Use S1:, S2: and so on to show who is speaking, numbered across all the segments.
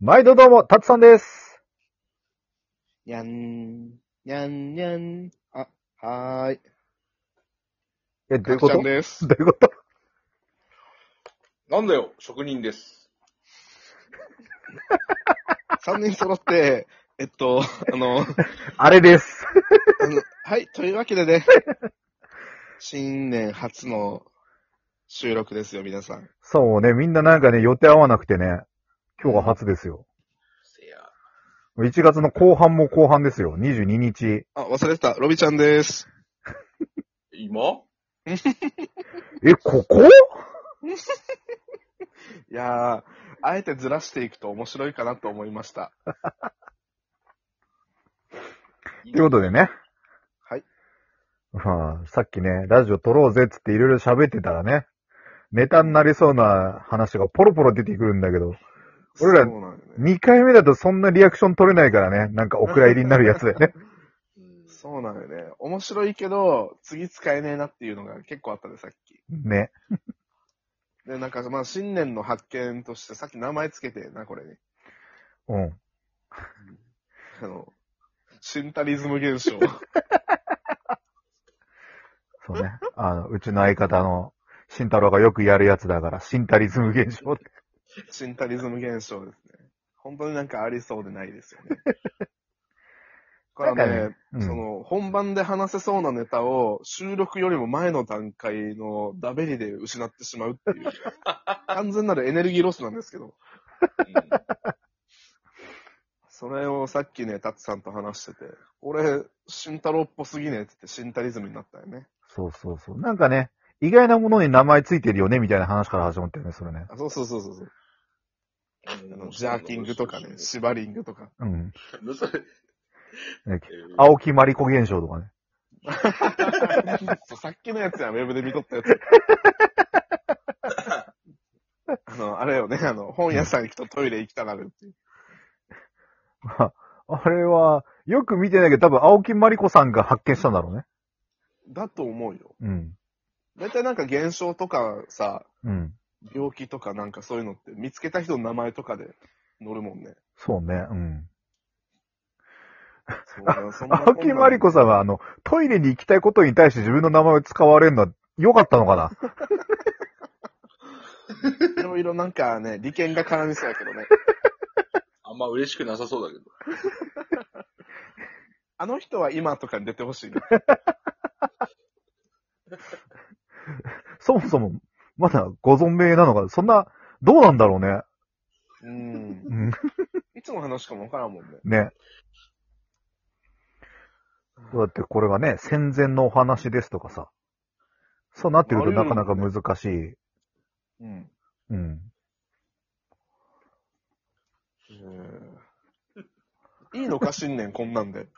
S1: 毎度どうも、たつさんです。
S2: にゃん、にゃんにゃん。あ、はーい。
S1: え、どう
S3: た
S1: いう
S3: く
S1: こ
S3: ち
S1: と
S3: ゃん
S1: どう
S3: です。
S1: いうこと
S3: なんだよ、職人です。
S2: 3人揃って、えっと、あの、あ
S1: あれです。
S2: のはい、というわけでね、新年初の収録ですよ、皆さん。
S1: そうね、みんななんかね、予定合わなくてね、今日が初ですよ。
S3: せや。
S1: 1月の後半も後半ですよ。22日。
S2: あ、忘れてた、ロビちゃんです。
S3: 今
S1: え、ここ
S2: いやー、あえてずらしていくと面白いかなと思いました。
S1: ということでね。
S2: はい。
S1: まあ、さっきね、ラジオ撮ろうぜっつっていろいろ喋ってたらね、ネタになりそうな話がポロポロ出てくるんだけど、俺ら
S2: そうなんよね。
S1: 2回目だとそんなリアクション取れないからね、なんかお蔵入りになるやつだ よね。
S2: そうなんよね。面白いけど、次使えねえなっていうのが結構あったで、さっき。
S1: ね。
S2: で、なんか、まあ、新年の発見として、さっき名前つけてえな、これに。
S1: うん。
S2: あの、シンタリズム 現象。
S1: そうね。あの、うちの相方の、慎太郎がよくやるやつだから、シンタリズム現象って。
S2: シンタリズム現象ですね。本当になんかありそうでないですよ ね。これは
S1: なん
S2: ね、
S1: うん
S2: その、本番で話せそうなネタを収録よりも前の段階のダベリで失ってしまうって いう、完全なるエネルギーロスなんですけど、それをさっきね、タツさんと話してて、俺、シンタロウっぽすぎねえって言ってシンタリズムになったよね。
S1: そうそうそう。なんかね、意外なものに名前ついてるよね、みたいな話から始まったよね、それね。
S2: あそうそうそうそうそう。
S3: う
S2: あ
S3: ん
S2: のジャーキングとかね、シバリングとか。
S1: うん。
S3: 何それ
S1: ね
S3: えー
S1: 青木まりこ現象とかね。
S2: そうさっきのやつや、ウェブで見とった やつ。あの、あれよね、あの、本屋さん行くとトイレ行きたなるっていう。
S1: まあ、あれは、よく見てないけど、多分青木まりこさんが発見したんだろうね。
S2: だと思うよ。
S1: うん。
S2: 大体なんか現象とかさ、
S1: うん。
S2: 病気とかなんかそういうのって見つけた人の名前とかで載るもんね。
S1: そうね、うん。
S2: そうだよそんな
S1: 青木まりこさんは、あの、トイレに行きたいことに対して自分の名前を使われるのは良かったのかない
S2: ろいろなんかね、利権が絡みそうやけどね。
S3: あんま嬉しくなさそうだけど。
S2: あの人は今とかに出てほしいね。
S1: そもそも、まだご存命なのか、そんな、どうなんだろうね。
S2: うん。
S1: うん。
S2: いつの話かもわからんもんね。
S1: ね。だってこれがね、戦前のお話ですとかさ。そうなってくるとなかなか難しい。
S2: うん。
S1: うん。
S2: いいのか、新年こんなんで。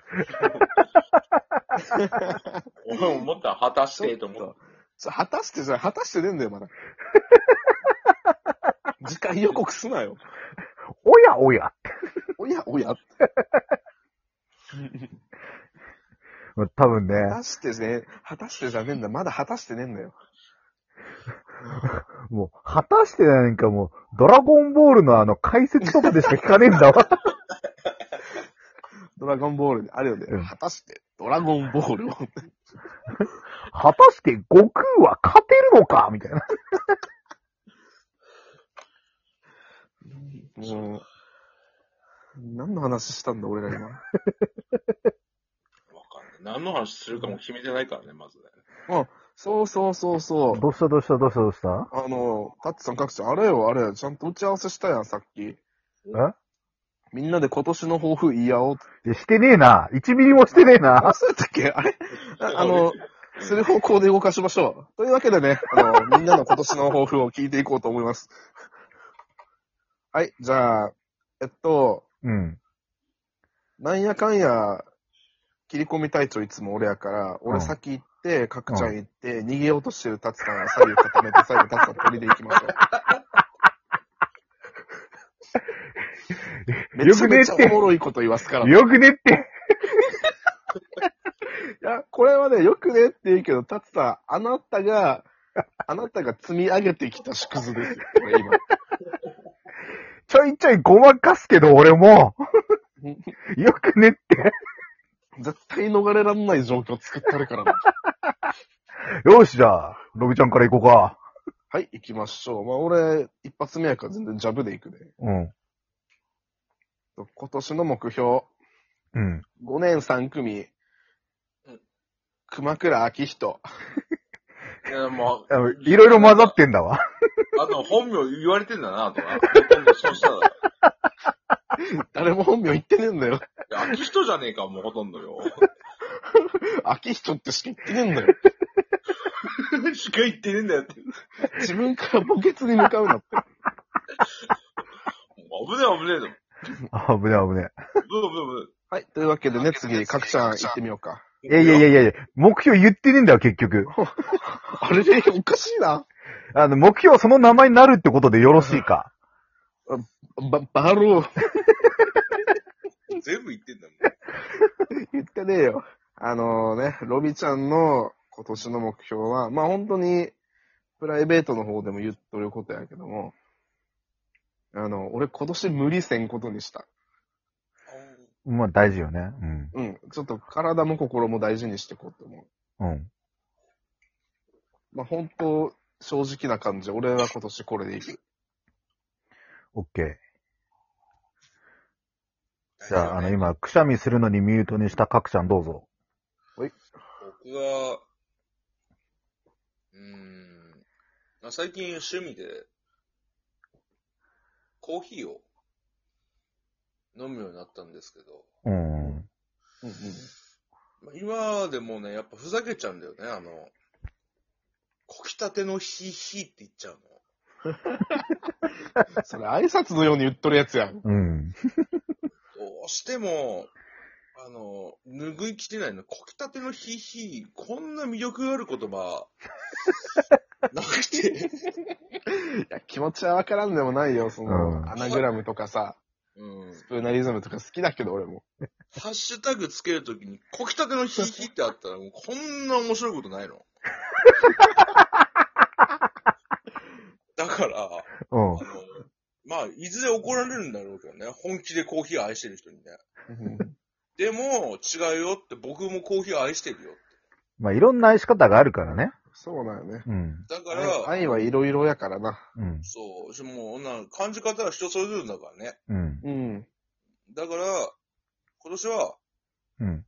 S3: 俺も思った、果たしてと思っ
S2: そう果たしてじゃない、果たしてねえんだよ、 まだ。次回予告すなよ。
S1: おやおや
S2: おやおや。
S1: 多分ね、
S2: 果たしてね、果たしてじゃねえんだ。まだ果たしてねえんだよ。
S1: もう、果たしてなんかもう、ドラゴンボールのあの解説とかでしか聞かねえん だわ。
S2: ドラゴンボールで、あるよね。
S1: うん
S2: 果たして、ドラゴンボールを。
S1: 果たして悟空は勝てるのかみたいな。
S2: もう、何の話したんだ、俺ら今。
S3: た。わかんない。何の話するかも決めてないからね、まずね。
S2: そうそうそうそう。
S1: どうしたどうしたどうしたどうした
S2: あの、タッツさん各地、あれよ、あれよ、ちゃんと打ち合わせしたやん、さっき。みんなで今年の抱負言い合おうって。
S1: えしてねえな。1ミリもしてねえな。
S2: あ、そうやったっけあれああの、する方向で動かしましょう。というわけでね、あの、みんなの今年の抱負を聞いていこうと思います。はい、じゃあ、えっと、
S1: うん。
S2: なんやかんや、切り込み隊長いつも俺やから、俺先行って、かくちゃん行って、逃げようとしてるタツさんが左右固めて、左右タツさん取りで行きましょう。め
S1: よ
S2: ちゃ
S1: くね
S2: め
S1: っ
S2: ちゃ
S1: て
S2: おもろいこと言わすから。い
S1: よくねって。
S2: や、これはね、よくねって言うけど、タツさん、あなた が、あなたが積み上げてきた縮図ですよ、これ今。
S1: ちょいちょいごまかすけど、俺 も。よくねって。
S2: 絶対逃れらんない状況作ってる からな。
S1: よし、じゃあ、ロビちゃんから行こうか。
S2: はい、行きましょう。まあ、俺、一発目やから全然ジャブで行くね。
S1: うん。
S2: 今年の目標、
S1: うん。
S2: 5年3組
S3: うん、
S2: 熊倉明人。
S3: いや、も
S1: あの
S3: う、
S1: いろいろ混ざってんだわ。
S3: あと本名言われてんだな、とか。今度そうしたら。い
S2: 誰も本名言ってねえんだよ。
S3: や、秋人じゃねえか、もうほとんど よ。
S2: 明人ってしか言ってねえんだよ。
S3: しか言ってねえんだよって。
S2: 自分から墓穴に向かうなって。
S3: もう危ねえ、危ねえぞ。
S1: あぶねあぶね。
S3: ブーブーブ
S2: はい、というわけでね、次、角ちゃん行ってみようか。
S1: いやいやいやいやいや、目標言ってねえんだよ、結局。
S2: あれでおかしいな。
S1: あの、目標はその名前になるってことでよろしいか。
S2: ば、バロー。
S3: ー。全部言ってんだもん。
S2: 言ってねえよ。あのね、ロビちゃんの今年の目標は、まあ本当に、プライベートの方でも言っとることやけども、あの、俺今年無理せんことにした。
S1: まあ、大事よね。うん。
S2: うん。ちょっと体も心も大事にしていこうと思
S1: うん。
S2: う。まあ本当、正直な感じ、俺は今年これでいく。
S1: オッケー。じゃあ、あの、今、くしゃみするのにミュートにしたかくちゃんどうぞ。
S3: 僕は、うーん、まあ最近趣味で、コーヒーを飲むようになったんですけど、
S1: うん。
S2: うんうん。
S3: まあ今でもね、やっぱふざけちゃうんだよね、あの、こきたてのヒーヒーって言っちゃうの。
S2: それ挨拶のように言っとるやつやん。
S1: うん。
S3: どうしても、あの、拭いきれないの。こきたてのヒーヒー、こんな魅力ある言葉、なくて。
S2: いや、気持ちはわからんでもないよ、その、
S1: うん
S2: アナグラムとかさ、
S3: うん
S2: プーナリズムとか好きだけど俺も。
S3: ハッシュタグつけるときに、こきたてのヒーヒーってあったら、もうこんな面白いことないの。 だから、
S1: うん
S3: あの。、まあ、いずれ怒られるんだろうけどね。本気でコーヒー愛してる人にね。でも、違うよって、僕もコーヒー愛してるよって。
S1: まあ、いろんな愛し方があるからね。
S2: そうだよね。
S1: うん。
S3: だか
S2: 愛
S3: ら、
S2: 愛はいろいろやからな。
S1: うん。
S3: そう、しもう、な、感じ方は人それぞれだからね。
S1: うん。
S2: うん。
S3: だから、今年は、
S1: うん。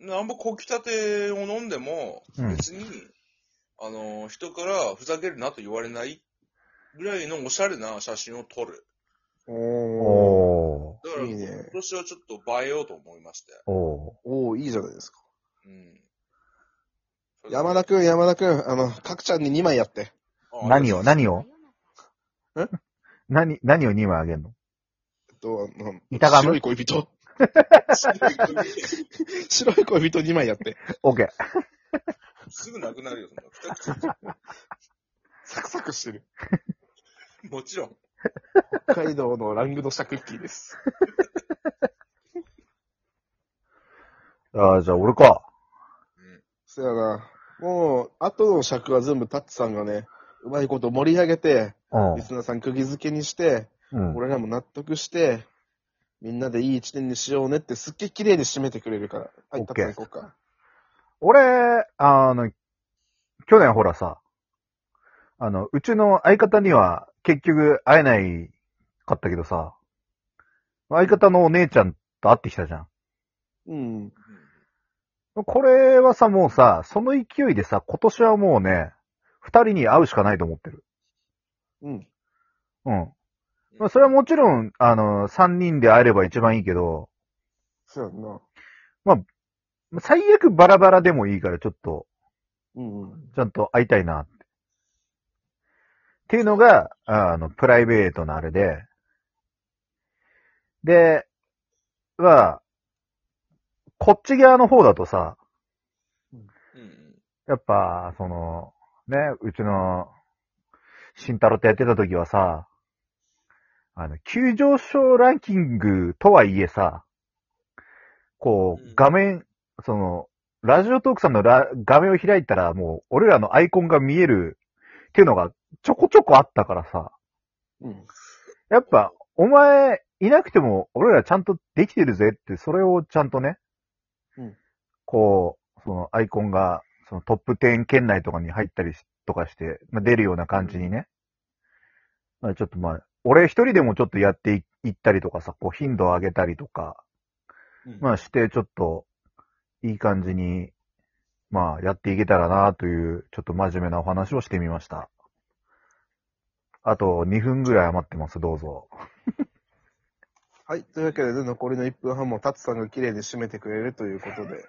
S3: なんぼこきたてを飲んでも、
S1: うん
S3: 別に、あの、人からふざけるなと言われないぐらいのおしゃれな写真を撮る。
S2: おー。
S1: お
S3: だから、
S2: いいね
S3: 今年はちょっと映えようと思いまして。
S1: ー。おー。
S2: おー、いいじゃないですか。
S3: うん。
S2: 山田くん、山田くん、あの、かくちゃんに2枚やって。
S3: あ
S1: 何を、何
S4: 何
S1: を
S4: を
S1: 何、何を2枚あげんの
S2: えっと、あの、
S1: 板ガム
S2: 白い恋人。 白い恋人2枚やって。
S1: オッケー。
S3: すぐなくなるよ、そんな。
S2: サクサクしてる。
S3: もちろん。
S2: 北海道のラングドシャクッキーです。
S1: ああ、じゃあ俺か。
S2: そやな。もう、後の尺は全部タッチさんがね、うまいこと盛り上げて、リスナーさん釘付けにして、
S1: うん。うん。
S2: 俺らも納得して、みんなでいい一年にしようねってすっげえ綺麗に締めてくれるから。は
S1: オ
S2: い、
S1: ッ
S2: タッ
S1: ケ
S2: チ
S1: ー
S2: さん行こうか。
S1: 俺、あの、去年ほらさ、あの、うちの相方には結局会えないかったけどさ、相方のお姉ちゃんと会ってきたじゃん。
S2: うん。
S1: これはさ、もうさ、その勢いでさ、今年はもうね、二人に会うしかないと思ってる。
S2: うん。
S1: うん。まあ、それはもちろん、あの、三人で会えれば一番いいけど、
S2: そやんな。
S1: 最悪バラバラでもいいから、ちょっと、
S2: うんうん。
S1: ちゃんと会いたいなって。っていうのが、ああの、プライベートのあれで、で、は、こっち側の方だとさ、
S3: うん。
S1: やっぱ、その、ね、うちの、慎太郎とやってた時はさ、あの、急上昇ランキングとはいえさ、こ
S3: う
S1: う、
S3: ん
S1: 画面、その、ラジオトークさんのラ画面を開いたら、もう、俺らのアイコンが見えるっていうのがちょこちょこあったからさ、
S2: うん。
S1: やっぱ、お前、いなくても、俺らちゃんとできてるぜって、それをちゃんとね、
S2: うん
S1: こう、そのアイコンが、そのトップ10圏内とかに入ったりしとかして、まあ、出るような感じにね。まあちょっとまあ、俺一人でもちょっとやっていいったりとかさ、こう頻度を上げたりとか、
S2: うん
S1: まあして、ちょっと、いい感じに、まあやっていけたらなという、ちょっと真面目なお話をしてみました。あと2分ぐらい余ってます、どうぞ。
S2: はい。というわけでね、残りの1分半もタツさんが綺麗に締めてくれるということで。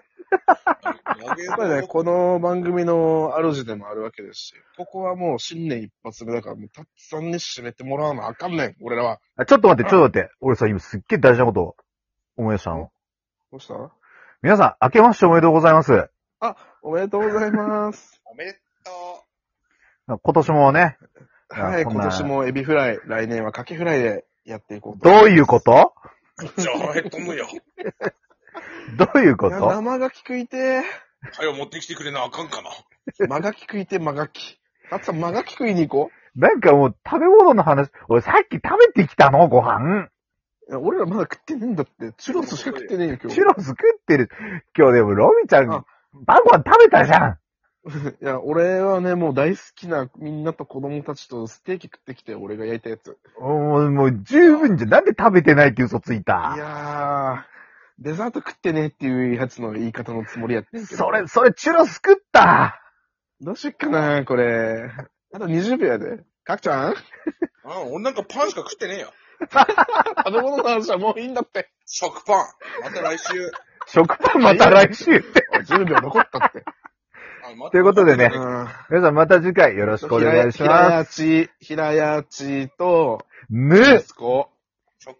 S3: やべえ
S2: やっぱりね、この番組の主でもあるわけですし、ここはもう新年一発目だから、もうタツさんに締めてもらわなあかんねん、俺らは。
S1: あちょっと待って、ちょっと待って。俺さ、今すっげえ大事なことを思い出したの。
S2: どうした
S1: 皆さん、明けましておめでとうございます。
S2: おめでとうございます。
S3: おめでと
S1: 今年もね、 いや
S2: はい、
S1: こんな
S2: 今年もエビフライ、来年はカキフライでやっていこうと。
S1: どういうこと
S3: う。じゃあ、へっとむよ。
S1: どういう
S2: い
S1: こ
S2: や
S1: と
S2: 生ガキ食いて
S3: はよ持ってきてくれなあかんかな。
S2: ー、マガキ食いてー、マガキ。タツさん、マガキ食いに行こ
S1: なんかもう食べ物の話、俺さっき食べてきたのご飯。
S2: う。いや俺らまだ食ってねえんだって、チュロスしか食ってねえよ、今日
S1: チュ。ロス食ってる。今日でもロミちゃん、
S2: あ
S1: 晩ご飯食べたじゃん。
S2: いや、俺はね、もう大好きなみんなと子供たちとステーキ食ってきて、俺が焼いたやつ。
S1: もう、もう十分じゃん、なんで食べてないって嘘つい
S2: い
S1: た。
S2: やー、デザート食ってねっていうやつの言い方のつもりやってんけど。
S1: それ、それチュロス食った。
S2: どうしよっかな、これ。あと20秒やで。かくちゃん
S3: あん、俺なんかパンしか食ってねえよ。
S2: 食べ物の話はもういいんだって。
S3: 食パン。また来週。
S1: 食パンまた来週。
S2: おい10秒残ったって。
S3: あまた
S1: ということでね
S2: うん。
S1: 皆さんまた次回よろしくお願いし
S2: 平
S1: ます。
S2: 屋地、平屋地と、
S1: む
S2: 息子。
S3: 食